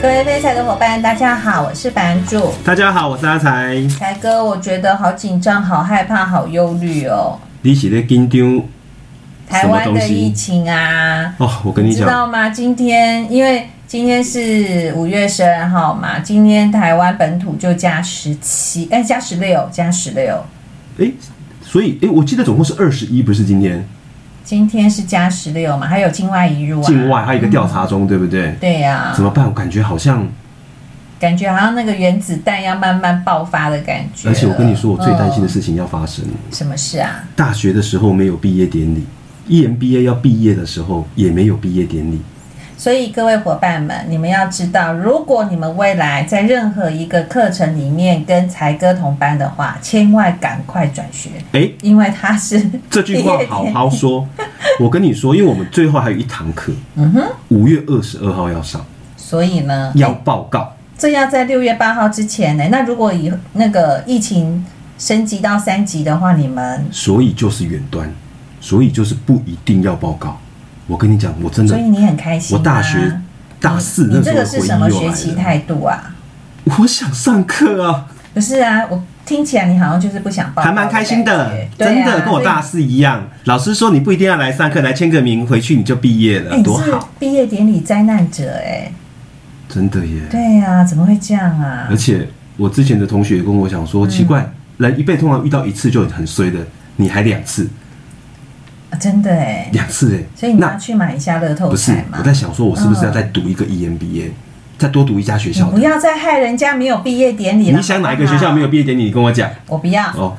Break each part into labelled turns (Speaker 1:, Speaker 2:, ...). Speaker 1: 各位飞财的伙伴，大家好，我是版主
Speaker 2: 大家好，我是阿才。
Speaker 1: 才哥。我觉得好紧张、好害怕、好忧虑哦。
Speaker 2: 你是在紧张
Speaker 1: 台湾的疫情啊，
Speaker 2: 哦？我跟你
Speaker 1: 知
Speaker 2: 讲，
Speaker 1: 道吗？今天因为今天是五月十二号嘛，今天台湾本土就加十七，哎，加十六，加十六。
Speaker 2: 哎、所以哎、诶我记得总共是二十一，不是今天
Speaker 1: 今天是加十六嘛，还有境外移入啊。
Speaker 2: 境外还有一个调查中，对不对？
Speaker 1: 对呀、
Speaker 2: 怎么办？我感觉好像，
Speaker 1: 感觉好像那个原子弹要慢慢爆发的感觉了。
Speaker 2: 而且我跟你说，我最担心的
Speaker 1: 嗯、
Speaker 2: 事情要发生。
Speaker 1: 什么事啊？
Speaker 2: 大学的时候没有毕业典礼，EMBA ，E 要毕业的时候也没有毕业典礼。
Speaker 1: 所以各位伙伴们，你们要知道，如果你们未来在任何一个课程里面跟才哥同班的话，千万赶快转学，
Speaker 2: 哎、
Speaker 1: 因为他是
Speaker 2: 这句话好好说。我跟你说，因为我们最后还有一堂课，
Speaker 1: 嗯哼，
Speaker 2: 五月二十二号要上，
Speaker 1: 所以 呢，
Speaker 2: 要报告。
Speaker 1: 这要在六月八号之前呢。那如果以那个疫情升级到三级的话，你们，
Speaker 2: 所以就是远端，所以就是不一定要报告。我跟你讲，我真
Speaker 1: 所以
Speaker 2: 的，
Speaker 1: 你很开心、
Speaker 2: 我
Speaker 1: 啊。
Speaker 2: 大学大四
Speaker 1: 你
Speaker 2: 那时
Speaker 1: 这
Speaker 2: 候
Speaker 1: 个
Speaker 2: 的
Speaker 1: 是
Speaker 2: 回
Speaker 1: 什么
Speaker 2: 忆
Speaker 1: 学习
Speaker 2: 又来了。
Speaker 1: 态度啊？
Speaker 2: 我想上课啊，
Speaker 1: 不是啊，我听起来你好像就是不想报，
Speaker 2: 还蛮开心的，
Speaker 1: 对
Speaker 2: 真
Speaker 1: 啊
Speaker 2: 的跟我大四一样。老师说你不一定要来上课，来签个名，回去你就毕业
Speaker 1: 所以哎
Speaker 2: 了，
Speaker 1: 你
Speaker 2: 啊多
Speaker 1: 是
Speaker 2: 好！
Speaker 1: 毕业典礼灾难者哎、
Speaker 2: 真的耶。
Speaker 1: 对啊呀、怎么会这样啊
Speaker 2: 而？且我之前的同学也跟我讲
Speaker 1: 嗯
Speaker 2: 说，奇怪，人一辈通常遇到一次就很衰的，你还两次，
Speaker 1: 啊真的哎，
Speaker 2: 两次哎。
Speaker 1: 所以你要
Speaker 2: 那
Speaker 1: 去买嗯一下乐透
Speaker 2: 不是
Speaker 1: 彩嘛
Speaker 2: 我。在想说，我是不是要再读一个 E EMBA，再多读一家学
Speaker 1: 你
Speaker 2: 校的
Speaker 1: 不？要再害人家没有毕业典礼了。
Speaker 2: 你想哪一个学校没
Speaker 1: 有？
Speaker 2: 有毕业典礼？你跟我讲
Speaker 1: 我不要。
Speaker 2: 哦。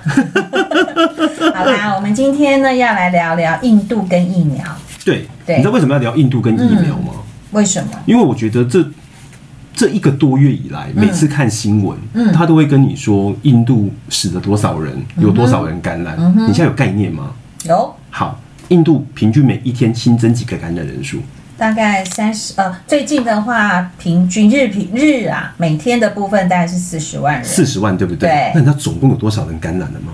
Speaker 1: 好 啦，我们今天呢要来聊聊印度跟疫苗，
Speaker 2: 对，
Speaker 1: 对嗯
Speaker 2: 你知道为什么要聊印度跟疫苗吗？
Speaker 1: 为什么？
Speaker 2: 因为我觉得这这一个多月以来，每次看新闻，
Speaker 1: 嗯
Speaker 2: 他都会跟你说印度死了多少人，有多少人感染。
Speaker 1: 嗯哼
Speaker 2: 你现在有概念吗？
Speaker 1: 有
Speaker 2: 好，印度平均每一天新增几个感染人数？
Speaker 1: 大概三十呃，最近的话，平均日平日啊，每天的部分大概是四十万人。
Speaker 2: 四十万，对不对？
Speaker 1: 对
Speaker 2: 那你知道总共有多少人感染了吗？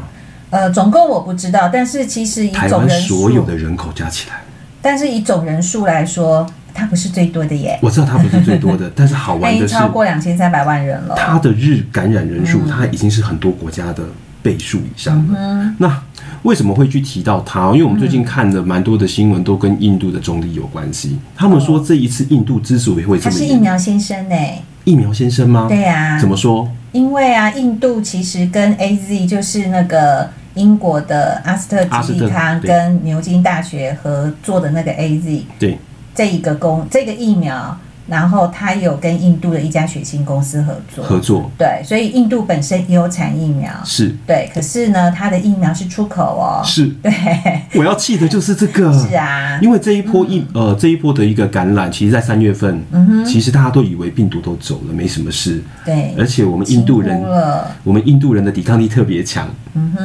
Speaker 1: 呃，总共我不知道，但是其实以
Speaker 2: 台
Speaker 1: 总
Speaker 2: 湾
Speaker 1: 人
Speaker 2: 所有
Speaker 1: 数，
Speaker 2: 的人口加起来，
Speaker 1: 但是以总人数来说，它不是最多的耶，
Speaker 2: 我知道它不是最多 的，但是好
Speaker 1: 它
Speaker 2: 玩
Speaker 1: 已经
Speaker 2: 的是，
Speaker 1: 哎超过两千三百万人了。
Speaker 2: 它的日感染人
Speaker 1: 嗯
Speaker 2: 数，它已经是很多国家的倍数以上了。那为什么会去提到它？因为我们最近看了蛮多的新闻，都跟印度的中立有关系。他们说这一次印度之所以会这
Speaker 1: 他
Speaker 2: 么
Speaker 1: 是
Speaker 2: 严
Speaker 1: 疫苗先生呢、
Speaker 2: 疫苗先生吗？
Speaker 1: 对啊呀、
Speaker 2: 怎么说？
Speaker 1: 因为啊，印度其实跟 A Z 就是那个英国的阿斯特吉利
Speaker 2: 阿
Speaker 1: 康
Speaker 2: 斯特对
Speaker 1: 跟牛津大学合作的那个 A Z
Speaker 2: 对，
Speaker 1: 这一个公这个疫苗，然后它有跟印度的一家血清公司合作，
Speaker 2: 合作
Speaker 1: 对，所以印度本身也有产疫苗，
Speaker 2: 是
Speaker 1: 对，可是呢，它的疫苗是出口哦，
Speaker 2: 是，
Speaker 1: 对，
Speaker 2: 我要气的就是这个。
Speaker 1: 是啊，
Speaker 2: 因为这一波疫、呃这一波的一个感染，其实，在三月份，
Speaker 1: 嗯哼
Speaker 2: 其实大家都以为病毒都走了，没什么事，
Speaker 1: 对，
Speaker 2: 而且我们印度人
Speaker 1: 轻忽了，
Speaker 2: 我们印度人的抵抗力特别强，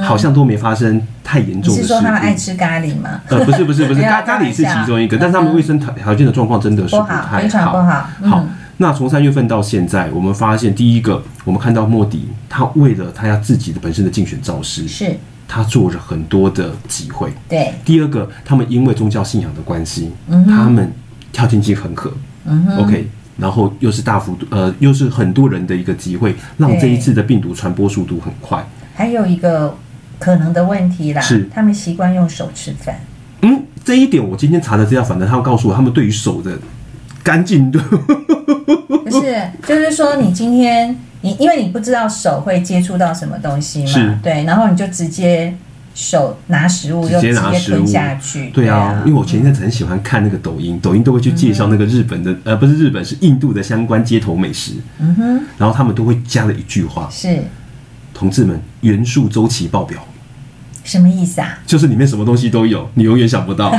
Speaker 2: 好像都没发生太严
Speaker 1: 嗯你
Speaker 2: 重
Speaker 1: 是
Speaker 2: 的事
Speaker 1: 说
Speaker 2: 故
Speaker 1: 他们爱吃咖喱吗？
Speaker 2: 呃，不是不是 不是，
Speaker 1: 没有
Speaker 2: 咖咖喱是其中一个，但是他们卫生条条件的状况真的是
Speaker 1: 不好
Speaker 2: 太
Speaker 1: 非常不好嗯
Speaker 2: 那从三月份到现在，我们发现第一个，我们看到莫迪，他为了他要自己的本身的竞选造势，
Speaker 1: 是，
Speaker 2: 他做了很多的集会。
Speaker 1: 对，
Speaker 2: 第二个，他们因为宗教信仰的关系，他们跳进去恒河、
Speaker 1: 嗯哼，
Speaker 2: o k 然后又是大幅度，呃，又是很多人的一个集会，让这一次的病毒传播速度很快。
Speaker 1: 还有一个可能的问题啦，
Speaker 2: 是
Speaker 1: 他们习惯用手吃饭，
Speaker 2: 嗯，这一点我今天查的资料，反正他们告诉我，他们对于手的干净度，
Speaker 1: 不是，就是说你今天你因为你不知道手会接触到什么东西
Speaker 2: 是
Speaker 1: 嘛，对，然后你就直接手拿食物又
Speaker 2: 直接
Speaker 1: 直
Speaker 2: 拿
Speaker 1: 接
Speaker 2: 食
Speaker 1: 吞
Speaker 2: 物
Speaker 1: 下去，
Speaker 2: 对啊，因为我前一阵子很喜欢看那个抖音，抖音都会去介绍那个日本的，呃，不是日本，是印度的相关街头美食，
Speaker 1: 嗯哼，
Speaker 2: 然后他们都会加了一句话
Speaker 1: 是。：“
Speaker 2: 同志们，元素周期爆表。”
Speaker 1: 什么意思啊？
Speaker 2: 就是里面什么东西都有，你永远想不 到。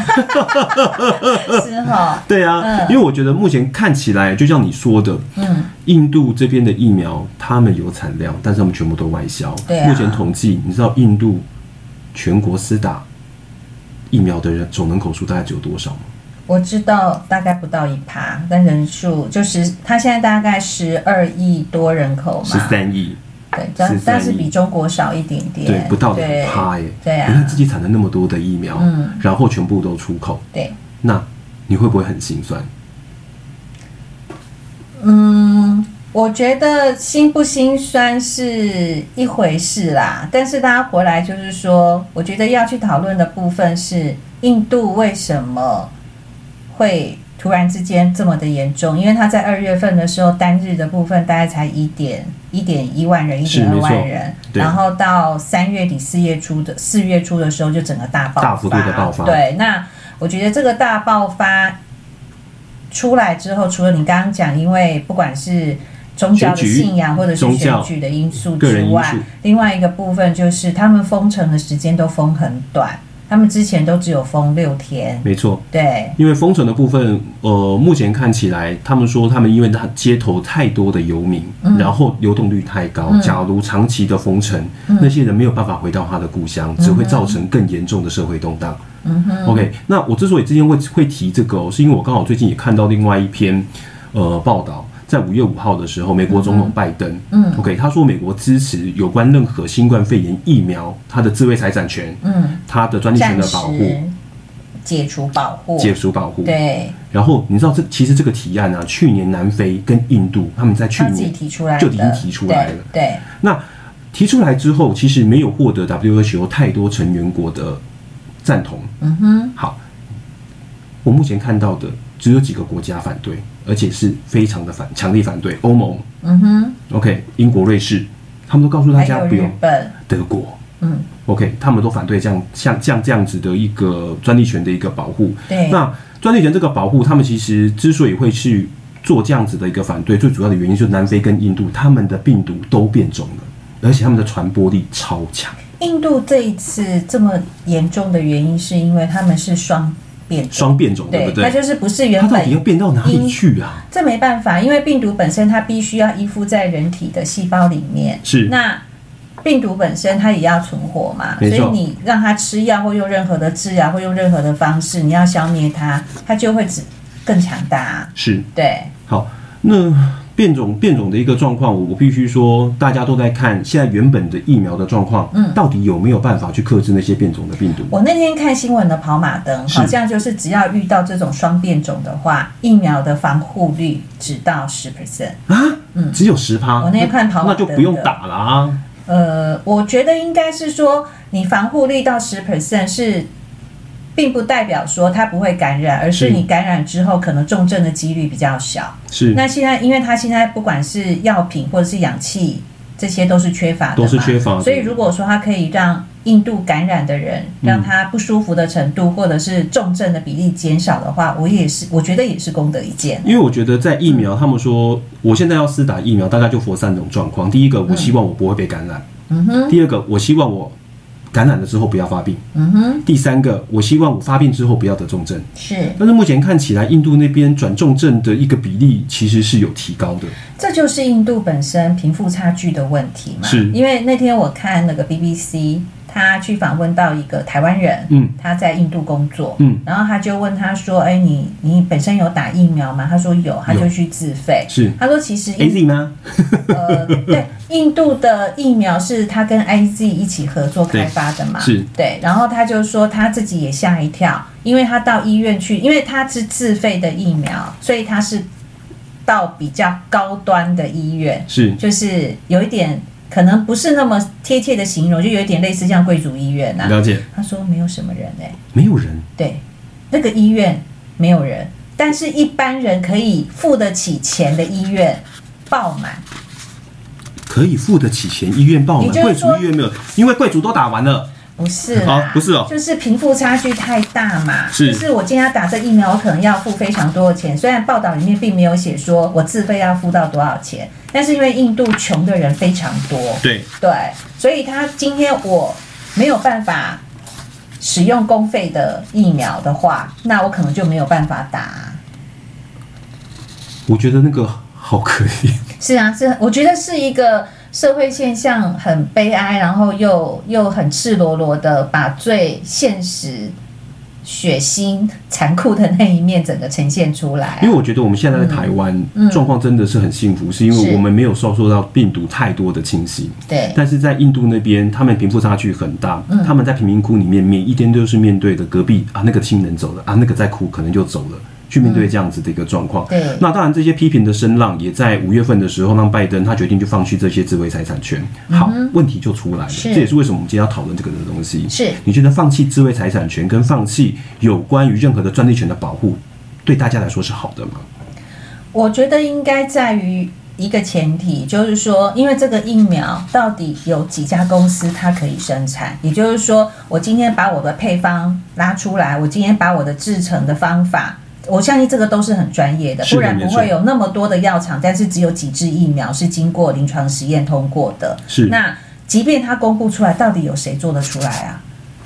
Speaker 1: 是哈，
Speaker 2: 对啊
Speaker 1: 嗯，
Speaker 2: 因为我觉得目前看起来，就像你说的，
Speaker 1: 嗯，
Speaker 2: 印度这边的疫苗，他们有产量，但是他们全部都外销。
Speaker 1: 对啊
Speaker 2: 目前统计，你知道印度全国施打疫苗的人总人口数大概只有多少吗？
Speaker 1: 我知道大概不到一趴，但人数就是他现在大概十二亿多人口
Speaker 2: 十
Speaker 1: 嘛，
Speaker 2: 三亿，
Speaker 1: 对，但
Speaker 2: 13
Speaker 1: 但是
Speaker 2: 亿
Speaker 1: 比中国少一点点，
Speaker 2: 对，不到
Speaker 1: 对
Speaker 2: 两趴耶。
Speaker 1: 对
Speaker 2: 你看自
Speaker 1: 啊，
Speaker 2: 己产了那么多的疫苗，
Speaker 1: 嗯
Speaker 2: 然后全部都出口，
Speaker 1: 对，
Speaker 2: 那你会不会很心酸？
Speaker 1: 嗯我觉得心不心酸是一回事啦，但是大家回来就是说，我觉得要去讨论的部分是印度为什么会突然之间这么的严重，因为它在二月份的时候单日的部分大概才一点一点一万人、一
Speaker 2: 是
Speaker 1: 点二
Speaker 2: 没错
Speaker 1: 万人，
Speaker 2: 对
Speaker 1: 然后到三月底四月初的四月初的时候就整个大爆发，
Speaker 2: 大幅度的爆发
Speaker 1: 对，那我觉得这个大爆发出来之后，除了你刚刚讲，因为不管是宗教的
Speaker 2: 选举
Speaker 1: 信仰或者是
Speaker 2: 宗
Speaker 1: 选
Speaker 2: 教
Speaker 1: 举的因素
Speaker 2: 个
Speaker 1: 之
Speaker 2: 人因
Speaker 1: 外
Speaker 2: 素，
Speaker 1: 另外一个部分就是他们封城的时间都封很短，他们之前都只有封六天，
Speaker 2: 没错。
Speaker 1: 对，
Speaker 2: 因为封城的部分，呃，目前看起来，他们说他们因为他街头太多的游民，然后流动率太高，假如长期的封城，那些人没有办法回到他的故乡，只会造成更严重的社会动荡。嗯哼，OK，那我之所以之前会会提这个、哦，是因为我刚好最近也看到另外一篇呃报道。在五月五号的时候，美国总统拜登，嗯，OK，他说美国支持有关任何新冠肺炎疫苗它的智慧财产权、
Speaker 1: 嗯，
Speaker 2: 它的专利权
Speaker 1: 暂
Speaker 2: 的
Speaker 1: 时
Speaker 2: 保护、
Speaker 1: 解除保护，
Speaker 2: 解除保护，
Speaker 1: 对，
Speaker 2: 然后你知道这其实这个提案啊，去年南非跟印度他们在去
Speaker 1: 他自己
Speaker 2: 年
Speaker 1: 提出来的，
Speaker 2: 就已经提出来了。
Speaker 1: 对，对
Speaker 2: 那提出来之后，其实没有获得 WHO 太多成员国的赞同。
Speaker 1: 嗯哼，
Speaker 2: 好，我目前看到的只有几个国家反对，而且是非常的反强烈反对。欧盟、
Speaker 1: 嗯哼，
Speaker 2: OK、英国、瑞士，他们都告诉大
Speaker 1: 还
Speaker 2: 家
Speaker 1: 有
Speaker 2: 不
Speaker 1: 日
Speaker 2: 用。
Speaker 1: 本，
Speaker 2: 德国
Speaker 1: 嗯，
Speaker 2: OK，他们都反对这样像像这样子的一个专利权的一个保护。
Speaker 1: 对，
Speaker 2: 那专利权这个保护，他们其实之所以会去做这样子的一个反对，最主要的原因就是南非跟印度他们的病毒都变种了，而且他们的传播力超强，
Speaker 1: 印度这一次这么严重的原因，是因为他们是双变种，
Speaker 2: 双变种，对不
Speaker 1: 它
Speaker 2: 对？
Speaker 1: 就是不是
Speaker 2: 它
Speaker 1: 原
Speaker 2: 到底要
Speaker 1: 本。
Speaker 2: 变到哪里去啊？
Speaker 1: 这没办法，因为病毒本身它必须要依附在人体的细胞里面。
Speaker 2: 是
Speaker 1: 那病毒本身它也要存活嘛，所
Speaker 2: 没错
Speaker 1: 以你让它吃药或用任何的治疗或用任何的方式，你要消灭它，它就会只更强大啊。
Speaker 2: 是
Speaker 1: 对，
Speaker 2: 好，那变种变种的一个状况，我我必须说，大家都在看现在原本的疫苗的状况，嗯，到底有没有办法去克制那些变种的病毒？
Speaker 1: 我那天看新闻的跑马灯，
Speaker 2: 是
Speaker 1: 好像就是只要遇到这种双变种的话，疫苗的防护率只到十 percent。
Speaker 2: 啊，只有十趴，
Speaker 1: 嗯我那天看跑马
Speaker 2: 那就
Speaker 1: 灯
Speaker 2: 不用
Speaker 1: 的
Speaker 2: 打了啊。
Speaker 1: 呃，我觉得应该是说，你防护力到十 percent 是，并不代表说它不会感染，而是
Speaker 2: 是
Speaker 1: 你感染之后可能重症的几率比较小。
Speaker 2: 是，
Speaker 1: 那现在，因为它现在不管是药品或者是氧气，这些都是缺乏的嘛，
Speaker 2: 都是缺乏的
Speaker 1: 所以如果说它可以让印度感染的人，让他不舒服的程度或者是重症的比例减少的话，我也是，我觉得也是功德一件。
Speaker 2: 因为我觉得在疫苗，他们说我现在要施打疫苗，大概就佛三种状况。第一个，我希望我不会被感染；
Speaker 1: 嗯哼，
Speaker 2: 第二个，我希望我感染了之后不要发病；
Speaker 1: 嗯哼，
Speaker 2: 第三个，我希望我发病之后不要得重症。
Speaker 1: 是。
Speaker 2: 但是目前看起来，印度那边转重症的一个比例其实是有提高的。
Speaker 1: 这就是印度本身贫富差距的问题嘛。
Speaker 2: 是
Speaker 1: 因为那天我看那个 BBC，他去访问到一个台湾人，
Speaker 2: 嗯，
Speaker 1: 他在印度工作，
Speaker 2: 嗯，
Speaker 1: 然后他就问他说：“哎，你你本身有打疫苗吗？”他说有，他就去自费。
Speaker 2: 是
Speaker 1: 他说其实
Speaker 2: A
Speaker 1: 印
Speaker 2: Z 吗？
Speaker 1: 呃对印度的疫苗是他跟 I Z 一起合作开发的嘛，
Speaker 2: 对是
Speaker 1: 对。然后他就说他自己也吓一跳，因为他到医院去，因为他是自费的疫苗，所以他是到比较高端的医院。
Speaker 2: 是
Speaker 1: 就是有一点可能不是那么贴切的形容，就有一点类似像贵族医院呐、啊。
Speaker 2: 了解，
Speaker 1: 他说没有什么人哎、
Speaker 2: 没有人
Speaker 1: 对，那个医院没有人，但是一般人可以付得起钱的医院爆满，
Speaker 2: 可以付得起钱，医院爆满，
Speaker 1: 也就
Speaker 2: 贵
Speaker 1: 是
Speaker 2: 族
Speaker 1: 说
Speaker 2: 医院没有，因为贵族都打完了。
Speaker 1: 不是
Speaker 2: 哦
Speaker 1: 啦，
Speaker 2: 不是哦
Speaker 1: 就是贫富差距太大嘛。
Speaker 2: 是
Speaker 1: 就是我今天要打这疫苗，我可能要付非常多的钱。虽然报道里面并没有写说我自费要付到多少钱，但是因为印度穷的人非常多，
Speaker 2: 对，
Speaker 1: 对，所以他今天我没有办法使用公费的疫苗的话，那我可能就没有办法打。
Speaker 2: 我觉得那个好可怜。
Speaker 1: 是啊，是，我觉得是一个社会现象，很悲哀，然后又又很赤裸裸的把最现实、血腥、残酷的那一面整个呈现出来啊、嗯
Speaker 2: 因为我觉得我们现在在台湾状况真的是很幸福，是因
Speaker 1: 是
Speaker 2: 为我们没有受受到病毒太多的侵袭。
Speaker 1: 对，
Speaker 2: 但是在印度那边，他们贫富差距很大，
Speaker 1: 嗯
Speaker 2: 他们在贫民窟里面，每一天都是面对的隔壁啊，那个亲人走了啊，那个在哭，可能就走了。去面对这样子的一个状况。
Speaker 1: 嗯对
Speaker 2: 那当然这些批评的声浪也在五月份的时候让拜登他决定就放弃这些智慧财产权。好，问题就出来了，
Speaker 1: 嗯是
Speaker 2: 这也是为什么我们今天要讨论这个的东西。
Speaker 1: 是
Speaker 2: 你觉得放弃智慧财产权跟放弃有关于任何的专利权的保护，对大家来说是好的吗？
Speaker 1: 我觉得应该在于一个前提，就是说，因为这个疫苗到底有几家公司它可以生产，也就是说，我今天把我的配方拉出来，我今天把我的制成的方法。我相信这个都是很专业的，
Speaker 2: 是的
Speaker 1: 不然不
Speaker 2: 没错
Speaker 1: 会有那么多的药厂，但是只有几支疫苗是经过临床实验通过的。
Speaker 2: 是
Speaker 1: 那即便它公布出来，到底有谁做得出来啊？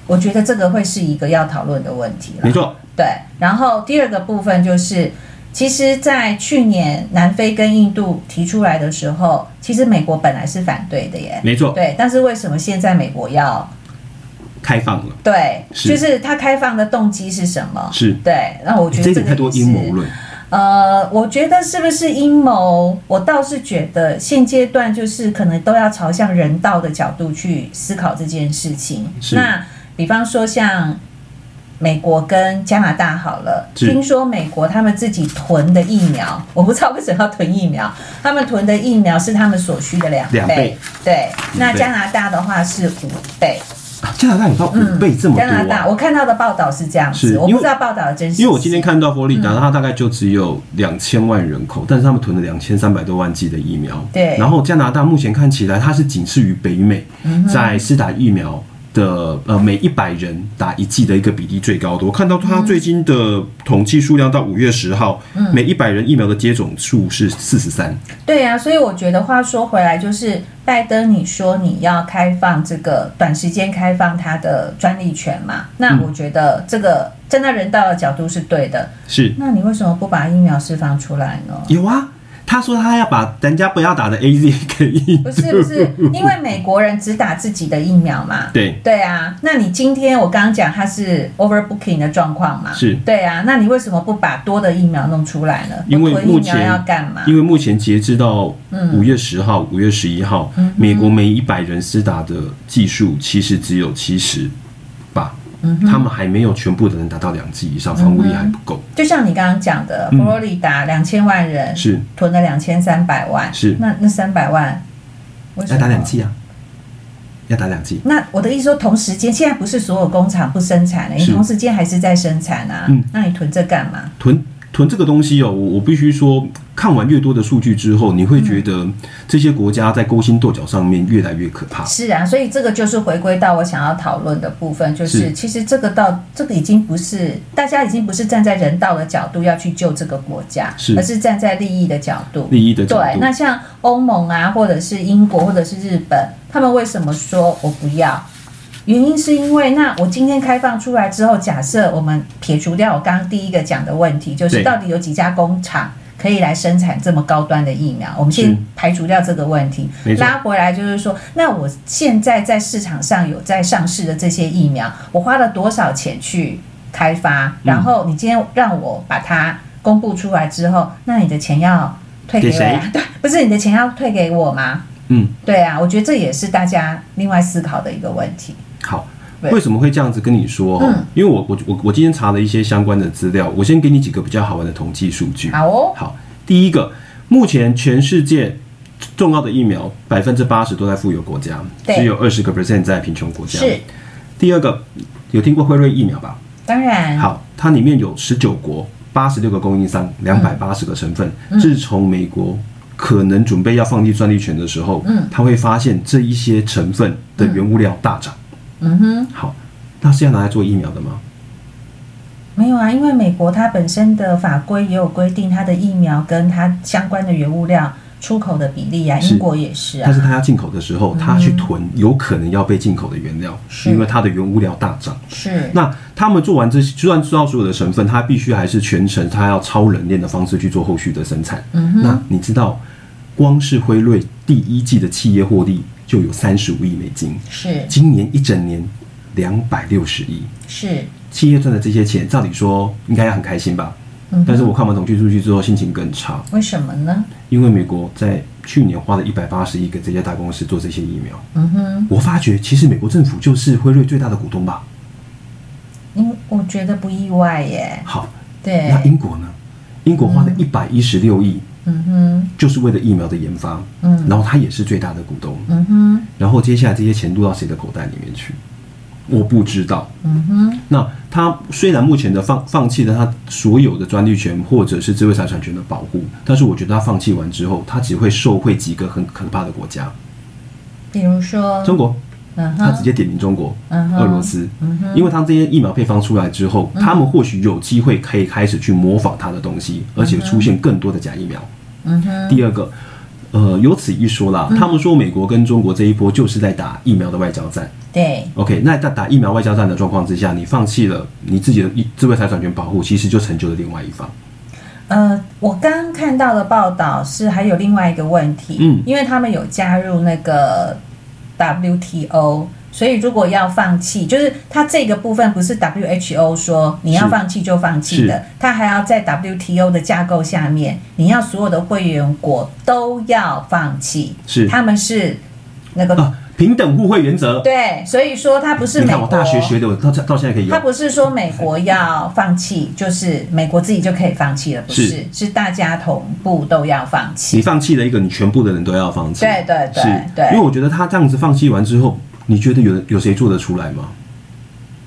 Speaker 1: 我觉得这个会是一个要讨论的问题了。
Speaker 2: 没错，
Speaker 1: 对，然后第二个部分就是，其实，在去年南非跟印度提出来的时候，其实美国本来是反对的耶。
Speaker 2: 没错，
Speaker 1: 对，但是为什么现在美国要
Speaker 2: 开放了，
Speaker 1: 对？
Speaker 2: 是
Speaker 1: 就是它开放的动机是什么？
Speaker 2: 是
Speaker 1: 对，那我觉
Speaker 2: 这
Speaker 1: 得
Speaker 2: 一
Speaker 1: 这
Speaker 2: 点
Speaker 1: 个
Speaker 2: 太多
Speaker 1: 也
Speaker 2: 阴
Speaker 1: 是
Speaker 2: 谋论。
Speaker 1: 呃，我觉得是不是阴谋？我倒是觉得现阶段就是可能都要朝向人道的角度去思考这件事情。
Speaker 2: 是
Speaker 1: 那比方说像美国跟加拿大好了，
Speaker 2: 是
Speaker 1: 听说美国他们自己囤的疫苗，我不知道为什么要囤疫苗，他们囤的疫苗是他们所需的两
Speaker 2: 两倍
Speaker 1: 对，那
Speaker 2: 倍
Speaker 1: 加拿大的话是五倍。
Speaker 2: 啊加拿大有到五倍这么
Speaker 1: 嗯加拿
Speaker 2: 多
Speaker 1: 大
Speaker 2: 啊！
Speaker 1: 我看到的报道是这样
Speaker 2: 是
Speaker 1: 子，我
Speaker 2: 因
Speaker 1: 不
Speaker 2: 为
Speaker 1: 知道报道的真实
Speaker 2: 因为我今天
Speaker 1: 性
Speaker 2: 看到佛罗里
Speaker 1: 嗯
Speaker 2: 达，它大概就只有两千万人口，但是他们囤了两千三百多万剂的疫苗。
Speaker 1: 对
Speaker 2: 然后加拿大目前看起来，它是仅次于北美，
Speaker 1: 嗯
Speaker 2: 在施打疫苗的呃每一百人打一剂的一个比例最高的。我看到它最近的统计数量到五月十号，
Speaker 1: 嗯
Speaker 2: 每一百人疫苗的接种数是四十三。
Speaker 1: 对呀、所以我觉得话说回来，就是拜登，你说你要开放这个短时间开放他的专利权嘛？那
Speaker 2: 嗯
Speaker 1: 我觉得这个站在人道的角度是对的。
Speaker 2: 是
Speaker 1: 那你为什么不把疫苗释放出来呢？
Speaker 2: 有啊，他说他要把人家不要打的 A Z 给印
Speaker 1: 不
Speaker 2: 度，
Speaker 1: 是不是，因为美国人只打自己的疫苗嘛。
Speaker 2: 对，
Speaker 1: 对啊，那你今天我刚刚讲它是 overbooking 的状况嘛？
Speaker 2: 是
Speaker 1: 对啊，那你为什么不把多的疫苗弄出来呢？
Speaker 2: 因为
Speaker 1: 不囤
Speaker 2: 目
Speaker 1: 疫苗
Speaker 2: 前
Speaker 1: 要干嘛？嗯
Speaker 2: 因为目前截至到五月十号、五、月十一号，美国每一百人施打的技术其实只有七十吧，
Speaker 1: 嗯
Speaker 2: 他们还没有全部的人达到两剂以上，防护力还不够。
Speaker 1: 就像你刚刚讲的，
Speaker 2: 嗯
Speaker 1: 佛罗里达两千万人
Speaker 2: 是
Speaker 1: 囤了两千三百万，
Speaker 2: 是
Speaker 1: 那那三百万为什
Speaker 2: 要
Speaker 1: 么
Speaker 2: 打两？剂啊，要打两剂。
Speaker 1: 那我的意思说，同时间现在不是所有工厂不生产了，你
Speaker 2: 是
Speaker 1: 同时间还是在生产啊，
Speaker 2: 嗯
Speaker 1: 那你囤这干嘛？
Speaker 2: 囤囤这个东西哦，我我必须说，看完越多的数据之后，你会
Speaker 1: 嗯
Speaker 2: 觉得这些国家在勾心斗角上面越来越可怕。
Speaker 1: 是啊，所以这个就是回归到我想要讨论的部分，就是
Speaker 2: 是
Speaker 1: 其实这个到这个已经不是大家已经不是站在人道的角度要去救这个国家，
Speaker 2: 是
Speaker 1: 而是站在利益的角度。
Speaker 2: 利益的角
Speaker 1: 对，
Speaker 2: 度
Speaker 1: 那像欧盟啊，或者是英国，或者是日本，他们为什么说我不要？原因是因为，那我今天开放出来之后，假设我们撇除掉我刚刚第一个讲的问题，就是
Speaker 2: 对
Speaker 1: 到底有几家工厂可以来生产这么高端的疫苗？我们先
Speaker 2: 是
Speaker 1: 排除掉这个问题
Speaker 2: 没，错
Speaker 1: 拉回来就是说，那我现在在市场上有在上市的这些疫苗，我花了多少钱去开发？然后你今天让我把它公布出来之后，那你的钱要退给
Speaker 2: 给
Speaker 1: 我
Speaker 2: 谁
Speaker 1: 呀？对，不是你的钱要退给我吗？
Speaker 2: 嗯，
Speaker 1: 对啊，我觉得这也是大家另外思考的一个问题。
Speaker 2: 好，
Speaker 1: 对
Speaker 2: 为什么会这样子跟你说？
Speaker 1: 嗯
Speaker 2: 因为我我我我今天查了一些相关的资料，我先给你几个比较好玩的统计数据。
Speaker 1: 好哦，
Speaker 2: 好，第一个，目前全世界重要的疫苗百分之八十都在富有国家，
Speaker 1: 对
Speaker 2: 只有二十个 percent 在贫穷国家。
Speaker 1: 是，
Speaker 2: 第二个，有听过辉瑞疫苗吧？
Speaker 1: 当然，
Speaker 2: 好，它里面有十九国、八十六个供应商、两
Speaker 1: 嗯
Speaker 2: 百八十个成分。自从美国可能准备要放弃专利权的时候，
Speaker 1: 嗯
Speaker 2: 他会发现这一些成分的原物料大涨。
Speaker 1: 嗯哼，
Speaker 2: 好，那是要拿来做疫苗的吗？
Speaker 1: 没有啊，因为美国它本身的法规也有规定，它的疫苗跟它相关的原物料出口的比例啊，
Speaker 2: 是
Speaker 1: 英国也是
Speaker 2: 但
Speaker 1: 啊，
Speaker 2: 是它要进口的时候，它去囤有可能要被进口的原料，
Speaker 1: 嗯是
Speaker 2: 因为它的原物料大涨。
Speaker 1: 是，
Speaker 2: 那他们做完这些，就算知道所有的成分，它必须还是全程它要超冷链的方式去做后续的生产。
Speaker 1: 嗯哼，
Speaker 2: 那你知道，光是辉瑞第一季的企业获利就有三十五亿美金，
Speaker 1: 是
Speaker 2: 今年一整年两百六十亿，
Speaker 1: 是，
Speaker 2: 企业赚的这些钱，照理说应该要很开心吧？
Speaker 1: 嗯
Speaker 2: 但
Speaker 1: 哼，
Speaker 2: 是我看完统计数据之后，心情更差。
Speaker 1: 为什么呢？
Speaker 2: 因为美国在去年花了一百八十亿给这些大公司做这些疫苗，
Speaker 1: 嗯哼，
Speaker 2: 我发觉其实美国政府就是辉瑞最大的股东吧。
Speaker 1: 因我觉得不意外耶，
Speaker 2: 好，
Speaker 1: 对
Speaker 2: 那英国呢？英国花了一百一十六亿，
Speaker 1: 嗯哼，
Speaker 2: 就是为了疫苗的研发，
Speaker 1: 嗯
Speaker 2: 然后它也是最大的股东，
Speaker 1: 嗯哼，
Speaker 2: 然后接下来这些钱入到谁的口袋里面去？我不知道。
Speaker 1: 嗯哼，
Speaker 2: 那它虽然目前的放放弃了它所有的专利权或者是智慧财产权的保护，但是我觉得它放弃完之后，它只会受惠几个很可怕的国家，
Speaker 1: 比如说，
Speaker 2: 中国，
Speaker 1: 嗯
Speaker 2: 它直
Speaker 1: 哼，
Speaker 2: 接点名中国、
Speaker 1: 嗯哼嗯
Speaker 2: 俄罗斯，因为它这些疫苗配方出来之后，他们或许有机会可以开始去模仿它的东西，而且出现更多的假疫苗。
Speaker 1: 嗯哼，嗯
Speaker 2: 第二个，呃，有此一说啦，他们说美国跟中国这一波就是在打疫苗的外交战。
Speaker 1: 对，
Speaker 2: OK，那在打疫苗外交战的状况之下，你放弃了你自己的智慧财产权保护，其实就成就了另外一方。
Speaker 1: 呃，我刚看到的报道是还有另外一个问题，
Speaker 2: 嗯
Speaker 1: 因为他们有加入那个 WTO，所以如果要放弃，就是它这个部分不是 WHO 说你要
Speaker 2: 是
Speaker 1: 放弃就放弃的
Speaker 2: 是，
Speaker 1: 它还要在 WTO 的架构下面，你要所有的会员国都要放弃，
Speaker 2: 是
Speaker 1: 他们是那个、
Speaker 2: 啊，平等互惠原则。
Speaker 1: 对，所以说它不是
Speaker 2: 你
Speaker 1: 美
Speaker 2: 看我
Speaker 1: 国。
Speaker 2: 大学学的，我到到现在可以
Speaker 1: 他
Speaker 2: 用。
Speaker 1: 不是说美国要放弃，就是美国自己就可以放弃了，不是？是大家同步都要放
Speaker 2: 你
Speaker 1: 弃。
Speaker 2: 放弃了一个，你全部的人都要放弃。
Speaker 1: 对对对
Speaker 2: 是
Speaker 1: 对
Speaker 2: 因为我觉得他这样子放弃完之后，你觉得有有谁做得出来吗？
Speaker 1: 嗯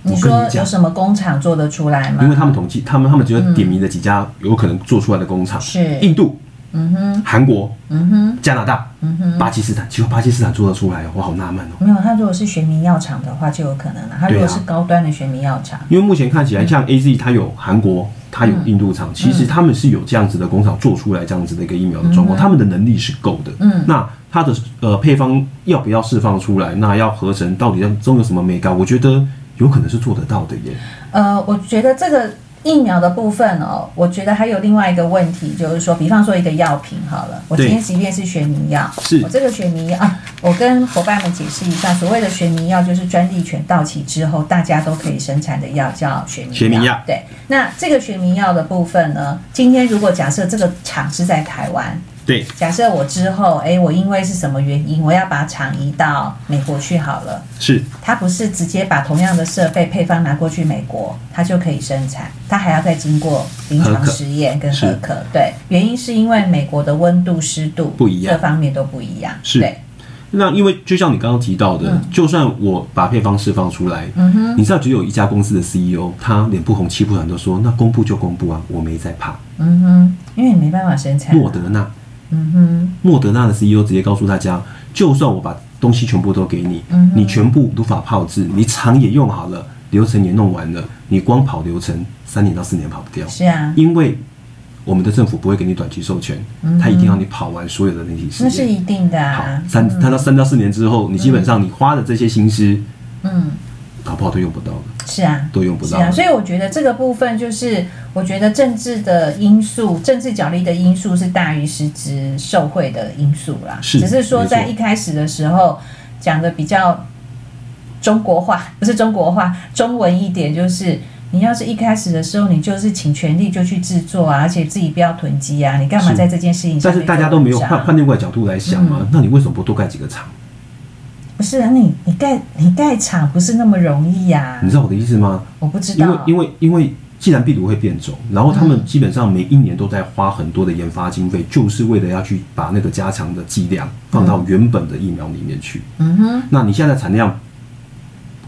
Speaker 1: 你
Speaker 2: 我跟
Speaker 1: 说
Speaker 2: 你讲
Speaker 1: 有什么工厂做得出来吗？
Speaker 2: 因为他们统计，他们他们觉得点名的几家有可能做出来的工厂，
Speaker 1: 嗯是
Speaker 2: 印度、
Speaker 1: 嗯哼
Speaker 2: 韩国、
Speaker 1: 嗯哼
Speaker 2: 加拿大、
Speaker 1: 嗯哼，
Speaker 2: 巴基斯坦，结果巴基斯坦做得出来哦，我好纳闷哦。
Speaker 1: 没有。他如果是玄民药厂的话，就有可能了。他
Speaker 2: 啊
Speaker 1: 如果是高端的玄民药厂，
Speaker 2: 因为目前看起
Speaker 1: 嗯
Speaker 2: 来，像 A Z 它有韩国，它有印度厂，其实他们是有这样子的工厂做出来这样子的一个疫苗的状况，他们的能力是够的。
Speaker 1: 嗯
Speaker 2: 那它的呃配方要不要释放出来？那要合成到底要中有什么美感？我觉得有可能是做得到的耶。
Speaker 1: 呃，我觉得这个疫苗的部分哦，我觉得还有另外一个问题，就是说，比方说一个药品好了，我今
Speaker 2: 对
Speaker 1: 天即便是学名药，
Speaker 2: 是
Speaker 1: 我这个学名药啊，我跟伙伴们解释一下，所谓的学名药就是专利权到期之后大家都可以生产的药叫学名药。
Speaker 2: 学名药
Speaker 1: 对，那这个学名药的部分呢，今天如果假设这个厂是在台湾，
Speaker 2: 对，
Speaker 1: 假设我之后，诶，我因为是什么原因，我要把厂移到美国去好了。
Speaker 2: 是
Speaker 1: 它不是直接把同样的设备配方拿过去美国，它就可以生产，它还要再经过临
Speaker 2: 合
Speaker 1: 床
Speaker 2: 可
Speaker 1: 实验跟
Speaker 2: 是
Speaker 1: 合可。对，原因是因为美国的温度、湿度
Speaker 2: 不一样
Speaker 1: 各方面都不一样。
Speaker 2: 是
Speaker 1: 对，嗯
Speaker 2: 那因为就像你刚刚提到的，就算我把配方释放出来，你知道只有一家公司的 CEO，他脸不红气不喘，就说那公布就公布啊，我没在怕。
Speaker 1: 嗯哼，因为你没办法生产。
Speaker 2: 莫德纳，
Speaker 1: 嗯哼，
Speaker 2: 莫德纳的 CEO 直接告诉大家，就算我把东西全部都给你，
Speaker 1: 嗯
Speaker 2: 你全部无法炮制，你厂也用好了，流程也弄完了，你光跑流程三年到四年跑不掉，
Speaker 1: 是啊，
Speaker 2: 因为我们的政府不会给你短期授权，他一定要你跑完所有的人体
Speaker 1: 嗯那
Speaker 2: 试
Speaker 1: 是
Speaker 2: 验。
Speaker 1: 一定的
Speaker 2: 好
Speaker 1: 啊，。
Speaker 2: 三，他到三到四年之后，你基本上你花的这些心思，
Speaker 1: 嗯，
Speaker 2: 搞不好都用不到了，
Speaker 1: 是啊。
Speaker 2: 都用不
Speaker 1: 是
Speaker 2: 到
Speaker 1: 啊，
Speaker 2: 了。
Speaker 1: 所以我觉得这个部分就是，我觉得政治的因素、政治角力的因素是大于实质受贿的因素啦。
Speaker 2: 是
Speaker 1: 只是说在
Speaker 2: 没错
Speaker 1: 一开始的时候讲的比较中国话，不是中国话，中文一点就是。你要是一开始的时候，你就是请全力就去制作啊，而且自己不要囤积啊，你干嘛
Speaker 2: 是
Speaker 1: 在这件事情上面
Speaker 2: 但是
Speaker 1: 做文章？
Speaker 2: 大家都没有换换另外角度来想嘛，
Speaker 1: 嗯
Speaker 2: 那你为什么不多盖几个厂？
Speaker 1: 不是啊，你你盖你盖厂不是那么容易呀、
Speaker 2: 你知道我的意思吗？
Speaker 1: 我不知
Speaker 2: 因
Speaker 1: 道，
Speaker 2: 为
Speaker 1: 嗯
Speaker 2: 因为因为既然病毒会变种，然后他们基本上每一年都在花很多的研发经费，就是为了要去把那个加强的剂量放到原本的疫苗里面去。
Speaker 1: 嗯哼，
Speaker 2: 那你现在的产量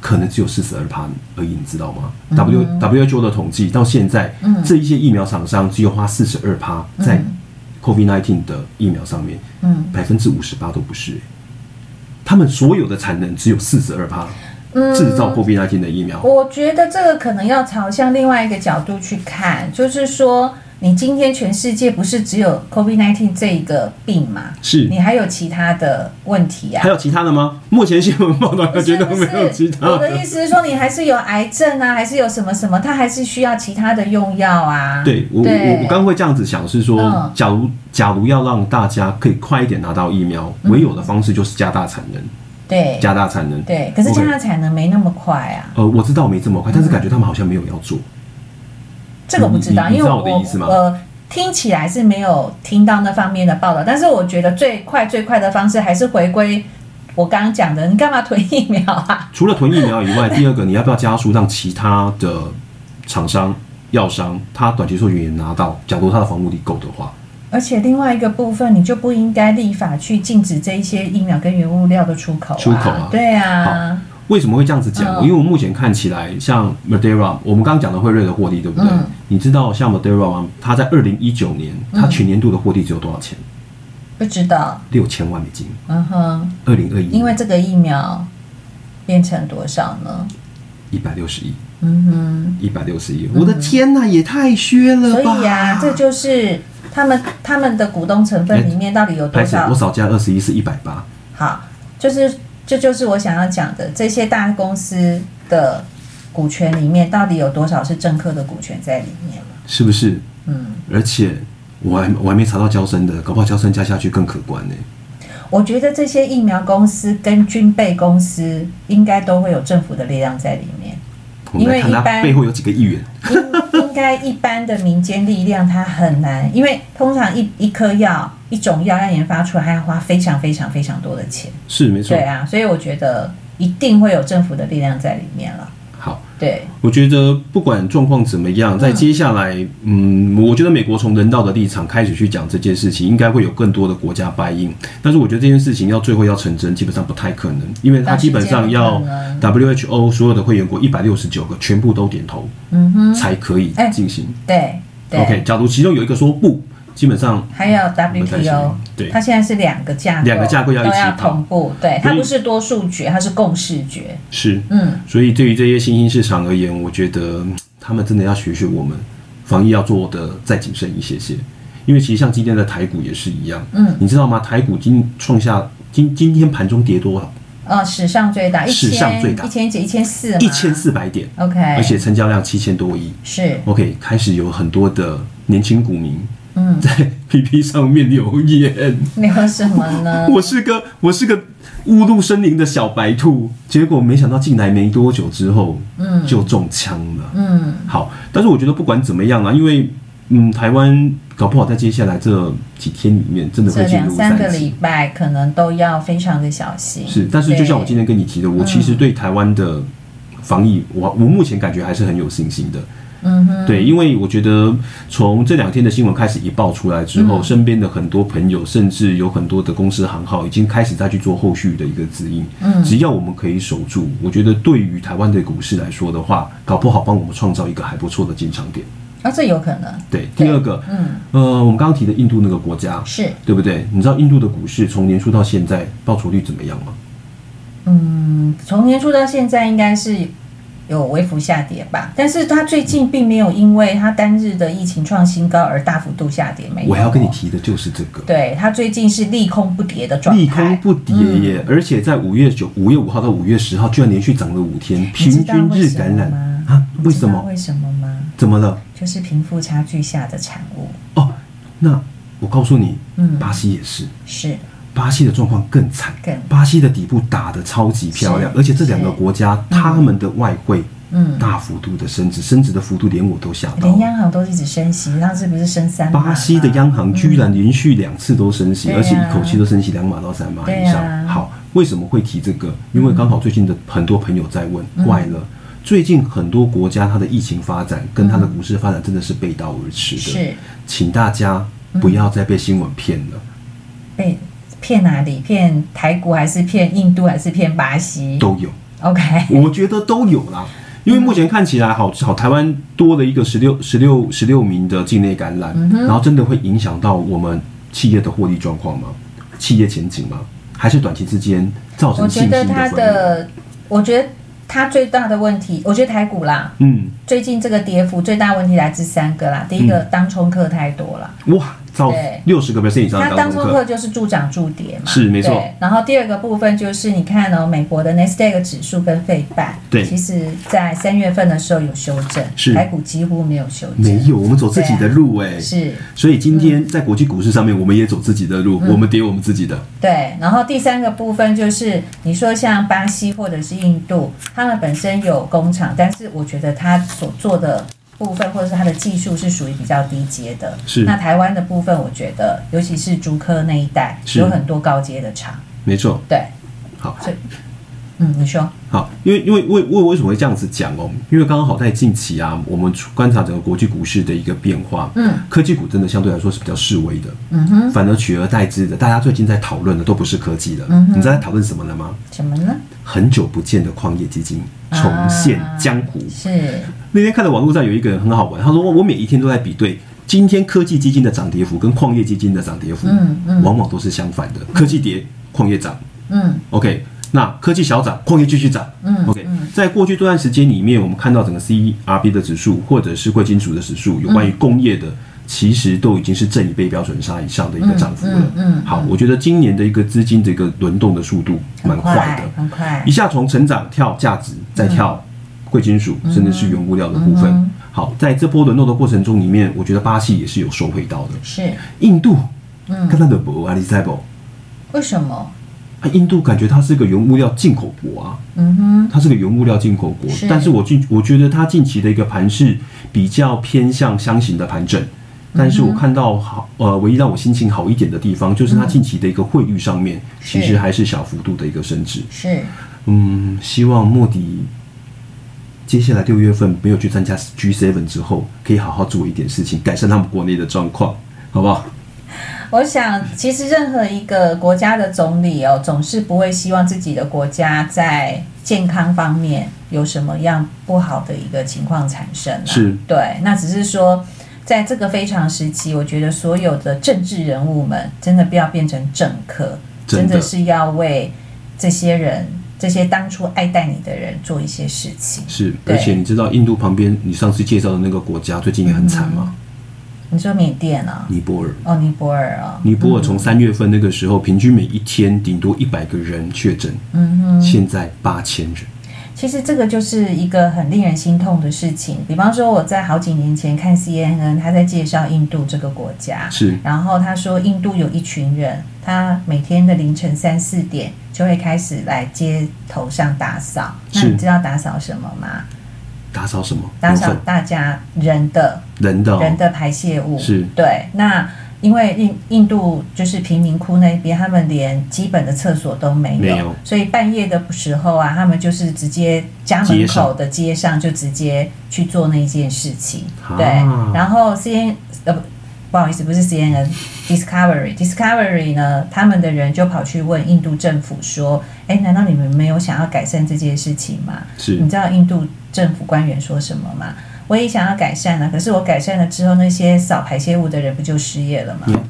Speaker 2: 可能只有四十二趴而已，你知道吗、w WHO 的统计到现在，
Speaker 1: 嗯
Speaker 2: 这一些疫苗厂商只有花四十二趴在 COVID-19 的疫苗上面，
Speaker 1: 嗯。
Speaker 2: 百分之五十八都不是、欸他们所有的产能只有四十二趴
Speaker 1: 嗯
Speaker 2: 制造 COVID-19 的疫苗。
Speaker 1: 我觉得这个可能要朝向另外一个角度去看，就是说，你今天全世界不是只有 COVID-19 这一个病嘛？
Speaker 2: 是
Speaker 1: 你还有其他的问题啊
Speaker 2: 还？有其他的吗？目前新闻报道
Speaker 1: 不
Speaker 2: 觉
Speaker 1: 是
Speaker 2: 得
Speaker 1: 不
Speaker 2: 没有其
Speaker 1: 是，
Speaker 2: 他
Speaker 1: 我的意思是说，你还是有癌症啊，还是有什么什么，它还是需要其他的用药啊。
Speaker 2: 对我我我刚刚会这样子想是说，
Speaker 1: 嗯
Speaker 2: 假如假如要让大家可以快一点拿到疫苗，唯有的方式就是加大产能，
Speaker 1: 嗯对
Speaker 2: 加大产能。
Speaker 1: 对，可是加
Speaker 2: OK
Speaker 1: 上产能没那么快啊，
Speaker 2: 呃，我知道没这么快，但是感觉他们好像没有要做。
Speaker 1: 这个我不知道，
Speaker 2: 你你
Speaker 1: 因为
Speaker 2: 你知道我的意思吗
Speaker 1: 呃听起来是没有听到那方面的报道，但是我觉得最快最快的方式还是回归我刚刚讲的，你干嘛囤疫苗啊？
Speaker 2: 除了囤疫苗以外，第二个你要不要加速让其他的厂商药商，他短期授权也拿到，假如他的防护力够的话，
Speaker 1: 而且另外一个部分，你就不应该立法去禁止这一些疫苗跟原物料的出口、啊。
Speaker 2: 出口啊
Speaker 1: 对啊，
Speaker 2: 为什么会这样子讲？
Speaker 1: 嗯
Speaker 2: 因为我目前看起来，像 Madera，我们刚刚讲的辉瑞的获利，对不对？
Speaker 1: 嗯
Speaker 2: 你知道像 Madera 吗？它在二零一九年，它全年度的获利只有多少钱？
Speaker 1: 不知道，
Speaker 2: 六千万美金。
Speaker 1: 嗯哼，
Speaker 2: 二零二一，
Speaker 1: 因为这个疫苗变成多少呢？
Speaker 2: 一百六十亿，
Speaker 1: 嗯
Speaker 2: 一百六十亿，我的天呐，也太削
Speaker 1: 哼，所
Speaker 2: 了吧！
Speaker 1: 以呀、这就是他们他们的股东成分里面到底有多
Speaker 2: 拍摄
Speaker 1: 少
Speaker 2: 我少加二十一是一百八，
Speaker 1: 好，就是这就是我想要讲的，这些大公司的股权里面到底有多少是政客的股权在里面嘛？
Speaker 2: 是不是？
Speaker 1: 嗯，
Speaker 2: 而且我还我还没查到交生的，搞不好交生加下去更可观呢、
Speaker 1: 我觉得这些疫苗公司跟军备公司应该都会有政府的力量在里面，
Speaker 2: 我们来
Speaker 1: 因为
Speaker 2: 看
Speaker 1: 一
Speaker 2: 它
Speaker 1: 般
Speaker 2: 背后有几个议员，
Speaker 1: 应应该一般的民间力量它很难，因为通常一一颗药一种药要研发出来，还要花非常非常非常多的钱，
Speaker 2: 是没错
Speaker 1: 对。啊，所以我觉得一定会有政府的力量在里面了，
Speaker 2: 好，
Speaker 1: 对，
Speaker 2: 我觉得不管状况怎么样，在接下来，嗯，我觉得美国从人道的立场开始去讲这件事情，应该会有更多的国家掰应。但是我觉得这件事情要最后要成真，基本上不太可能，因为它基本上要
Speaker 1: 短时间
Speaker 2: WHO 所有的会员国一百六十九个全部都点头
Speaker 1: 嗯哼，
Speaker 2: 才可以
Speaker 1: 哎
Speaker 2: 进行。
Speaker 1: 对对。
Speaker 2: OK，假如其中有一个说不，基本上
Speaker 1: 还有
Speaker 2: 们担心
Speaker 1: WTO，
Speaker 2: 对
Speaker 1: 它现在是两个架构，
Speaker 2: 两个架构要一起
Speaker 1: 都要
Speaker 2: 跑嗯
Speaker 1: 同步，对，
Speaker 2: 所
Speaker 1: 它
Speaker 2: 以
Speaker 1: 不是多数决，它是共视觉，
Speaker 2: 是
Speaker 1: 嗯，
Speaker 2: 所以对于这些新兴市场而言，我觉得嗯他们真的要学学我们，防疫要做的再谨慎一些些。因为其实像今天的台股也是一样，
Speaker 1: 嗯，
Speaker 2: 你知道吗？台股今创下今今天盘中跌多少？
Speaker 1: 呃，史上最大，一
Speaker 2: 史上最
Speaker 1: 千
Speaker 2: 大
Speaker 1: 一千几一千四，
Speaker 2: 一千四百点，
Speaker 1: 嗯，OK，
Speaker 2: 而且成交量七千多亿。
Speaker 1: 是，
Speaker 2: OK，开始有很多的年轻股民
Speaker 1: 嗯，
Speaker 2: 在 PP 上面留言。，
Speaker 1: 没有什么呢
Speaker 2: 我是个我是个误入森林的小白兔，结果没想到进来没多久之后，
Speaker 1: 嗯
Speaker 2: 就中枪了。
Speaker 1: 嗯，
Speaker 2: 好，但是我觉得不管怎么样啊，因为嗯，台湾搞不好在接下来这几天里面，真的
Speaker 1: 这
Speaker 2: 会进
Speaker 1: 两
Speaker 2: 入
Speaker 1: 三个
Speaker 2: 三
Speaker 1: 礼
Speaker 2: 级。
Speaker 1: 拜可能都要非常的小心，
Speaker 2: 是，但是就像我今
Speaker 1: 天，
Speaker 2: 天跟你提的，我其
Speaker 1: 嗯
Speaker 2: 实对台湾的防疫，我我目前感觉还是很有信心的。
Speaker 1: 嗯哼，
Speaker 2: 对，因为我觉得从这两天的新闻开始一爆出来之
Speaker 1: 嗯
Speaker 2: 后，身边的很多朋友，甚至有很多的公司行号，已经开始再去做后续的一个指引。
Speaker 1: 嗯
Speaker 2: 只要我们可以守住，我觉得对于台湾的股市来说的话，搞不好帮我们创造一个还不错的进场点。
Speaker 1: 啊，这有可能，
Speaker 2: 对，第二个，
Speaker 1: 嗯，
Speaker 2: 呃，我们刚刚提的印度那个国家，
Speaker 1: 是，
Speaker 2: 对不对？你知道印度的股市从年初到现在报酬率怎么样吗？
Speaker 1: 嗯，从年初到现在应该是有微幅下跌吧，但是它最近并没有因为它单日的疫情创新高而大幅度下跌，没有。
Speaker 2: 我要跟你，提的就是这个。
Speaker 1: 对，它最近是利空不跌的状态，嗯
Speaker 2: 利空不跌耶，而且在五月九、五月五号到五月十号，居然连续涨了五天，
Speaker 1: 哎你知
Speaker 2: 平
Speaker 1: 道
Speaker 2: 均
Speaker 1: 为
Speaker 2: 日
Speaker 1: 什么
Speaker 2: 感染
Speaker 1: 吗
Speaker 2: 啊？为
Speaker 1: 你知
Speaker 2: 什
Speaker 1: 道
Speaker 2: 么？
Speaker 1: 为什么吗？
Speaker 2: 怎么了？
Speaker 1: 就是贫富差距下的产物，
Speaker 2: 哦，那我告诉你，
Speaker 1: 嗯
Speaker 2: 巴西也是，
Speaker 1: 是
Speaker 2: 巴西的状况更惨
Speaker 1: 更，
Speaker 2: 巴西的底部打得超级漂亮，
Speaker 1: 是
Speaker 2: 而且这两个国家他们的外汇
Speaker 1: 嗯
Speaker 2: 大幅度的升值，升值的幅度连我都吓到
Speaker 1: 连
Speaker 2: 了。
Speaker 1: 央行都一直升息，上次不是升三码吗？
Speaker 2: 哦巴西的央行居然连续两次都升息，
Speaker 1: 对啊
Speaker 2: 而且一口气都升息两码到三码以
Speaker 1: 对
Speaker 2: 上。
Speaker 1: 啊
Speaker 2: 好，为什么会提这个？因为刚好最近的很多朋友在问，
Speaker 1: 嗯
Speaker 2: 怪了。最近很多国家它的疫情发展跟它的股市发展真的是背道而驰
Speaker 1: 嗯
Speaker 2: 的，
Speaker 1: 是
Speaker 2: 请大家不要再被新闻骗了，
Speaker 1: 被骗哪里？骗台股还是骗印度还是骗巴西
Speaker 2: 都有，
Speaker 1: ？OK，
Speaker 2: 我觉得都有啦。因为目前看起来好，好台湾多了一个十六、十六、十六名的境内感染，
Speaker 1: 嗯
Speaker 2: 然后真的会影响到我们企业的获利状况吗？企业前景吗？还是短期之间造
Speaker 1: 我
Speaker 2: 成
Speaker 1: 觉
Speaker 2: 信心
Speaker 1: 得
Speaker 2: 的
Speaker 1: 它
Speaker 2: 分裂？
Speaker 1: 的，我觉得它最大的问题，我觉得台股啦，
Speaker 2: 嗯，
Speaker 1: 最近这个跌幅最大问题来自三个啦。第一个，当冲客太多了，
Speaker 2: 哇，造
Speaker 1: 对
Speaker 2: 六十个 percent 以上
Speaker 1: 它
Speaker 2: 的当
Speaker 1: 当
Speaker 2: 中
Speaker 1: 冲
Speaker 2: 客
Speaker 1: 客就是助涨助跌嘛，
Speaker 2: 是没错
Speaker 1: 对。然后第二个部分就是，你看哦，美国的 n e s t a q 指数跟费半，
Speaker 2: 对
Speaker 1: 其实在三月份的时候有修正，
Speaker 2: 是
Speaker 1: 台股几乎没有修正，
Speaker 2: 没有，我们走自己的路哎、
Speaker 1: 是。
Speaker 2: 所以今天在国际股市上面，我们也走自己的路，
Speaker 1: 嗯
Speaker 2: 我们跌我们自己的，
Speaker 1: 对，然后第三个部分就是你说像巴西或者是印度，他们本身有工厂，但是我觉得他所做的部分或者是他的技术是属于比较低阶的。
Speaker 2: 是
Speaker 1: 那台湾的部分，我觉得尤其是竹科那一带
Speaker 2: 是
Speaker 1: 有很多高阶的厂。
Speaker 2: 没错。
Speaker 1: 对，
Speaker 2: 好
Speaker 1: 所以，嗯，你说，
Speaker 2: 好，因为因为为为为什么会这样子讲哦？因为刚好在近期啊，我们观察整个国际股市的一个变化，
Speaker 1: 嗯，
Speaker 2: 科技股真的相对来说是比较示威的，
Speaker 1: 嗯哼，
Speaker 2: 反而取而代之的，大家最近在讨论的都不是科技了，
Speaker 1: 嗯哼
Speaker 2: 你知道在讨论什么了吗？
Speaker 1: 什么呢？
Speaker 2: 很久不见的矿业基金
Speaker 1: 啊
Speaker 2: 重现江湖。
Speaker 1: 是，
Speaker 2: 那天看到网络上有一个人很好玩，他说我每一天都在比对。今天科技基金的涨跌幅跟矿业基金的涨跌幅，
Speaker 1: 嗯嗯
Speaker 2: 往往都是相反的，科技跌，矿业涨。
Speaker 1: 嗯
Speaker 2: OK，那科技小涨，矿业继续涨。
Speaker 1: 嗯
Speaker 2: OK，在过去这段时间里面，我们看到整个 CRB 的指数或者是贵金属的指数，有关
Speaker 1: 嗯
Speaker 2: 于工业的，其实都已经是正一倍标准差以上的一个涨幅了。
Speaker 1: 嗯嗯嗯
Speaker 2: 好，我觉得今年的一个资金的一个轮动的速度蛮
Speaker 1: 很
Speaker 2: 快
Speaker 1: 快
Speaker 2: 的，，
Speaker 1: 很快
Speaker 2: 一，下从成长跳价值，再跳贵金属，甚至是原物料的部分。
Speaker 1: 嗯哼
Speaker 2: 好，在这波轮动的过程中里面，我觉得巴西也是有收回到的，
Speaker 1: 是，
Speaker 2: 印度，
Speaker 1: 嗯
Speaker 2: 看它的博啊，你在不？
Speaker 1: 为什么？
Speaker 2: 啊，印度感觉它是个原物料进口国啊，
Speaker 1: 嗯哼，
Speaker 2: 它是个原物料进口国，
Speaker 1: 是
Speaker 2: 但是我近我觉得它近期的一个盘势比较偏向箱型的盘整，但是我看到好呃，唯一让我心情好一点的地方就是它近期的一个汇率上面，其实
Speaker 1: 是
Speaker 2: 还是小幅度的一个升值。
Speaker 1: 是，
Speaker 2: 嗯，希望莫迪接下来六月份没有去参加 G7 之后，可以好好做一点事情，改善他们国内的状况，好不好？
Speaker 1: 我想，其实任何一个国家的总理哦，总是不会希望自己的国家在健康方面有什么样不好的一个情况产生、啊。
Speaker 2: 是，
Speaker 1: 对，那只是说，在这个非常时期，我觉得所有的政治人物们真的不要变成政客，
Speaker 2: 真的
Speaker 1: 真的是要为这些人、这些当初爱戴你的人做一些事情。
Speaker 2: 是，
Speaker 1: 对
Speaker 2: 而且你知道印度旁边你上次介绍的那个国家最近也很惨吗？
Speaker 1: 你说缅甸啊、
Speaker 2: 尼泊尔。
Speaker 1: 哦，尼泊尔啊、
Speaker 2: 嗯尼泊尔从三月份那个时候，平均每一天顶多一百个人确诊，
Speaker 1: 嗯哼。
Speaker 2: 现在八千人。
Speaker 1: 其实这个就是一个很令人心痛的事情。比方说，我在好几年前看 CNN，他在介绍印度这个国家，
Speaker 2: 是
Speaker 1: 然后他说印度有一群人，他每天的凌晨三四点就会开始来街头上打扫。那
Speaker 2: 是
Speaker 1: 你知道打扫什么吗？
Speaker 2: 打扫什么？
Speaker 1: 打
Speaker 2: 牛
Speaker 1: 扫
Speaker 2: 粪，
Speaker 1: 大家人的
Speaker 2: 人的、哦、
Speaker 1: 人的排泄物。
Speaker 2: 是
Speaker 1: 对。那因为印印度就是贫民窟那边，他们连基本的厕所都没有，
Speaker 2: 没有
Speaker 1: 所以半夜的时候啊，他们就是直接家门口的街上就直接去做那一件事情。
Speaker 2: 啊
Speaker 1: 对。然后 C N 呃不。不好意思，不是 CNN Discovery Discovery 呢，他们的人就跑去问印度政府说：“哎，难道你们没有想要改善这件事情吗？”
Speaker 2: 是
Speaker 1: 你知道印度政府官员说什么吗？我也想要改善啊，可是我改善了之后，那些扫排泄物的人不就失业了吗？
Speaker 2: 嗯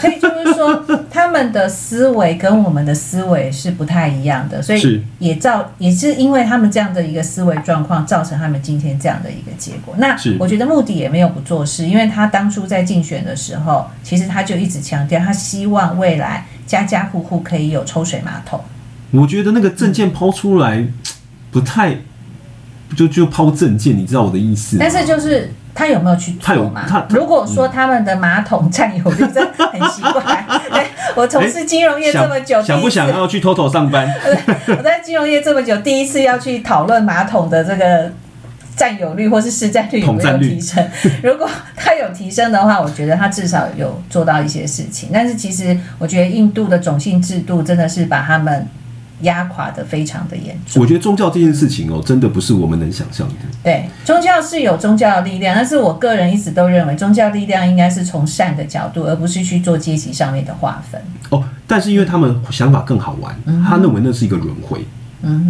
Speaker 1: 所以就是说，他们的思维跟我们的思维是不太一样的，所
Speaker 2: 是
Speaker 1: 以也造也是因为他们这样的一个思维状况，造成他们今天这样的一个结果。那
Speaker 2: 是
Speaker 1: 我觉得穆迪也没有不做事，因为他当初在竞选的时候，其实他就一直强调，他希望未来家家户户可以有抽水马桶。
Speaker 2: 我觉得那个证件抛出来不太，就就抛证件，你知道我的意思吗？
Speaker 1: 但是就是他有没有去
Speaker 2: 他有
Speaker 1: 做嘛
Speaker 2: 他？他
Speaker 1: 如果说他们的马桶占有率，真的很奇怪。 对我从事金融业这么久，
Speaker 2: 嗯哎想想
Speaker 1: 第
Speaker 2: 不
Speaker 1: 一次
Speaker 2: 想啊要去偷偷上班？
Speaker 1: 对 我在金融业这么久，第一次要去讨论马桶的这个占有率或是市占率有
Speaker 2: 统
Speaker 1: 没
Speaker 2: 战
Speaker 1: 有
Speaker 2: 率
Speaker 1: 提升。如果它有提升的话，我觉得它至少有做到一些事情。但是其实我觉得印度的种姓制度真的是把他们压垮的非常的严重。
Speaker 2: 我觉得宗教这件事情哦，真的不是我们能想象的。
Speaker 1: 对，宗教是有宗教的力量，但是我个人一直都认为，宗教力量应该是从善的角度，而不是去做阶级上面的划分。
Speaker 2: 哦，但是因为他们想法更好玩，
Speaker 1: 嗯
Speaker 2: 他认为那是一个轮回，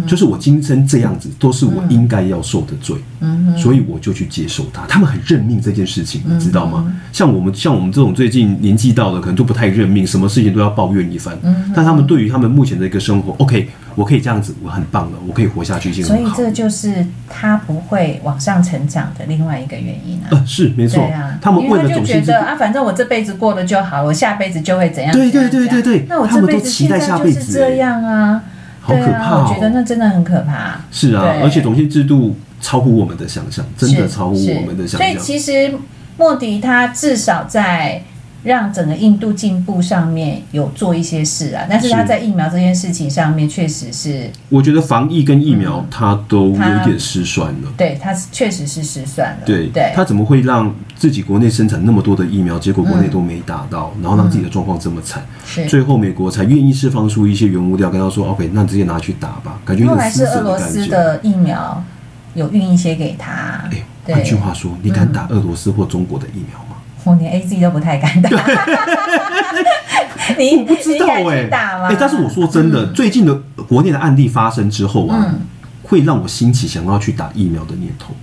Speaker 2: 就是我今生这样子都是我应该要受的罪，
Speaker 1: 嗯
Speaker 2: 所以我就去接受它。他们很认命这件事情，你知道吗？像我们像我们这种最近年纪到了，可能就不太认命，什么事情都要抱怨一番。
Speaker 1: 嗯
Speaker 2: 但他们对于他们目前的一个生活，OK，我可以这样子，我很棒了，我可以活下去已经
Speaker 1: 所以
Speaker 2: 很好
Speaker 1: 这
Speaker 2: 了。
Speaker 1: 就是他不会往上成长的另外一个原因啊。
Speaker 2: 呃，是没错
Speaker 1: 对啊，，
Speaker 2: 他们
Speaker 1: 因
Speaker 2: 为
Speaker 1: 他
Speaker 2: 了
Speaker 1: 就
Speaker 2: 种
Speaker 1: 觉
Speaker 2: 姓制
Speaker 1: 得
Speaker 2: 度，
Speaker 1: 啊，反正我这辈子过了就好，我下辈子就会怎样。
Speaker 2: 对
Speaker 1: 怎样
Speaker 2: 对对
Speaker 1: 怎样
Speaker 2: 对对
Speaker 1: 那我
Speaker 2: 他
Speaker 1: 这
Speaker 2: 们都
Speaker 1: 辈子
Speaker 2: 期
Speaker 1: 现
Speaker 2: 待
Speaker 1: 在
Speaker 2: 下
Speaker 1: 就
Speaker 2: 辈
Speaker 1: 是
Speaker 2: 子
Speaker 1: 这
Speaker 2: 欸
Speaker 1: 样啊，
Speaker 2: 好
Speaker 1: 对
Speaker 2: 可怕
Speaker 1: 啊，我觉得
Speaker 2: 哦！
Speaker 1: 那真的很可怕。
Speaker 2: 是啊，
Speaker 1: 对
Speaker 2: 而且种姓制度超乎我们的想象，真的
Speaker 1: 是
Speaker 2: 超乎
Speaker 1: 是
Speaker 2: 我们的想
Speaker 1: 所以
Speaker 2: 象。
Speaker 1: 其实莫迪他至少在让整个印度进步上面有做一些事啊，但是他
Speaker 2: 是
Speaker 1: 在疫苗这件事情上面确实是
Speaker 2: 我觉得防疫跟疫
Speaker 1: 嗯
Speaker 2: 苗它都有点失算了。
Speaker 1: 对他是确实是失算了，
Speaker 2: 对，
Speaker 1: 嗯对，
Speaker 2: 他怎么会让自己国内生产那么多的疫苗，结果国内都没打到，
Speaker 1: 嗯
Speaker 2: 然后让自己的状况这么惨？
Speaker 1: 是。
Speaker 2: 最后美国才愿意释放出一些原物料，跟他说：“OK，那你直接拿去打吧。”感觉有
Speaker 1: 后
Speaker 2: 点
Speaker 1: 来
Speaker 2: 施
Speaker 1: 是
Speaker 2: 舍
Speaker 1: 俄罗
Speaker 2: 感
Speaker 1: 斯
Speaker 2: 觉。
Speaker 1: 的疫苗有运一些给他，
Speaker 2: 哎，
Speaker 1: 对嗯
Speaker 2: 换句话说，你敢打俄罗斯或中国的疫苗吗？
Speaker 1: 我连 A Z 都不太敢 打。你
Speaker 2: 我不知道
Speaker 1: 你敢
Speaker 2: 哎、
Speaker 1: 去打吗？嗯
Speaker 2: 哎但是我说真的，最近的国内的案例发生之后啊，会让我兴起想要去打疫苗的念头。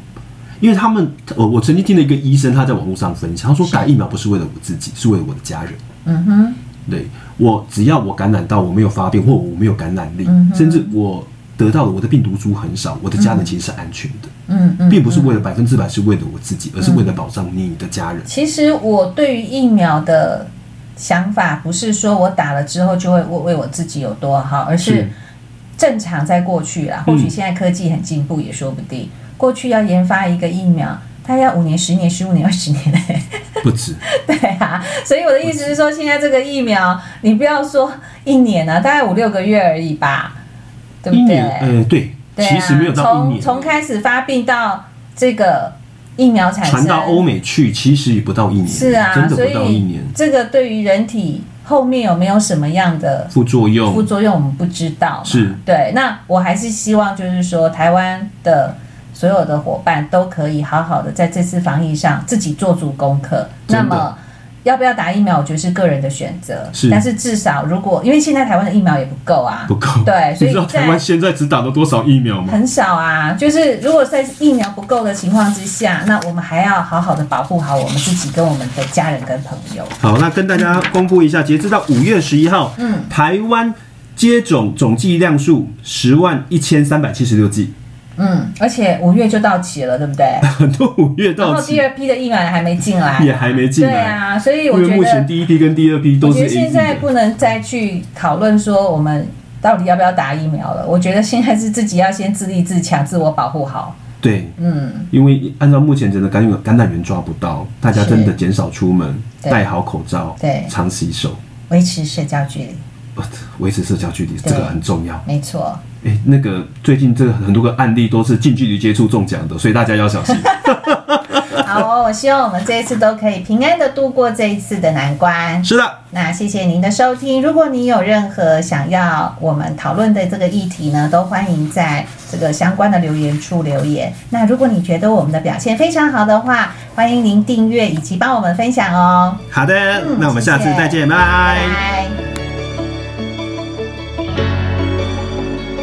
Speaker 2: 因为他们，我我曾经听了一个医生，他在网络上分享，他说打疫苗不是为了我自己，是为了我的家人。
Speaker 1: 嗯哼，
Speaker 2: 对我，只要我感染到我没有发病，或我没有感染力，
Speaker 1: 嗯
Speaker 2: 甚至我得到了我的病毒株很少，我的家人其实是安全的，
Speaker 1: 嗯嗯，
Speaker 2: 并不是为了百分之百是为了我自己，而是为了保障你的 家人。
Speaker 1: 其实我对于疫苗的想法，不是说我打了之后就会为为我自己有多好，而是
Speaker 2: 是嗯
Speaker 1: 正常在过去啦，或许现在科技很进步也说不定。过去要研发一个疫苗，它要五年、十年、十五年、二十年、
Speaker 2: 不止，
Speaker 1: 对啊，所以我的意思是说，现在这个疫苗，你不要说一年啊，大概五六个月而已吧，对
Speaker 2: 一
Speaker 1: 不对？
Speaker 2: 年，呃，对，
Speaker 1: 对啊，
Speaker 2: 其实没有到一
Speaker 1: 从
Speaker 2: 年，
Speaker 1: 从开始发病到这个疫苗产生，
Speaker 2: 传到欧美去，其实也不到一年，
Speaker 1: 哎是啊，
Speaker 2: 真的
Speaker 1: 所
Speaker 2: 不到一
Speaker 1: 以
Speaker 2: 年。
Speaker 1: 这个对于人体后面有没有什么样的
Speaker 2: 副作用
Speaker 1: 副作用，我们不知道嘛。
Speaker 2: 是
Speaker 1: 对。那我还是希望就是说，台湾的所有的伙伴都可以好好的在这次防疫上自己做足功课。
Speaker 2: 真
Speaker 1: 那
Speaker 2: 的
Speaker 1: 么。要不要打疫苗，我觉得是个人的选择。
Speaker 2: 是
Speaker 1: 但是至少如果因为现在台湾的疫苗也不够啊，
Speaker 2: 不够。
Speaker 1: 对所以
Speaker 2: 你知道
Speaker 1: 在
Speaker 2: 台湾现在只打了多少疫苗吗？
Speaker 1: 很少啊，就是如果在疫苗不够的情况之下，那我们还要好好的保护好我们自己、跟我们的家人、跟朋友。
Speaker 2: 好，那跟大家公布一下，截至到五月十一号，
Speaker 1: 嗯，
Speaker 2: 台湾接种总剂量数十万一千三百七十六剂，
Speaker 1: 嗯，而且五月就到期了，对不对？
Speaker 2: 很多五月
Speaker 1: 然
Speaker 2: 到
Speaker 1: 后
Speaker 2: 期
Speaker 1: 第二批的疫苗还没进来，
Speaker 2: 也还没进
Speaker 1: 对
Speaker 2: 来，
Speaker 1: 啊，所以
Speaker 2: 因
Speaker 1: 我
Speaker 2: 为
Speaker 1: 觉
Speaker 2: 目前
Speaker 1: 得，
Speaker 2: 第一批跟第二批
Speaker 1: 我
Speaker 2: 都
Speaker 1: 觉
Speaker 2: 是
Speaker 1: 得
Speaker 2: A
Speaker 1: 现
Speaker 2: Z
Speaker 1: 在
Speaker 2: 的。
Speaker 1: 不能再去讨论说我们到底要不要打疫苗了。我觉得现在是自己要先自立自强，自我保护好。
Speaker 2: 对，
Speaker 1: 嗯，
Speaker 2: 因为按照目前真的感染感染源抓不到，大家真的减少出门，
Speaker 1: 对
Speaker 2: 戴好口罩，
Speaker 1: 对
Speaker 2: 常洗手，
Speaker 1: 维持社交距离，
Speaker 2: 呃维持社交距离，
Speaker 1: 对
Speaker 2: 这个很重要。
Speaker 1: 没错。
Speaker 2: 哎、那个最近这个很多个案例都是近距离接触中奖的，所以大家要 小心。
Speaker 1: 好哦，我希望我们这一次都可以平安的度过这一次的难关。
Speaker 2: 是的，
Speaker 1: 那谢谢您的收听。如果你有任何想要我们讨论的这个议题呢，都欢迎在这个相关的留言处留言。那如果你觉得我们的表现非常好的话，欢迎您订阅以及帮我们分享哦。
Speaker 2: 好的，
Speaker 1: 嗯
Speaker 2: 那我们下次
Speaker 1: 谢谢
Speaker 2: 再见，拜
Speaker 1: 拜
Speaker 2: 拜。
Speaker 1: 拜。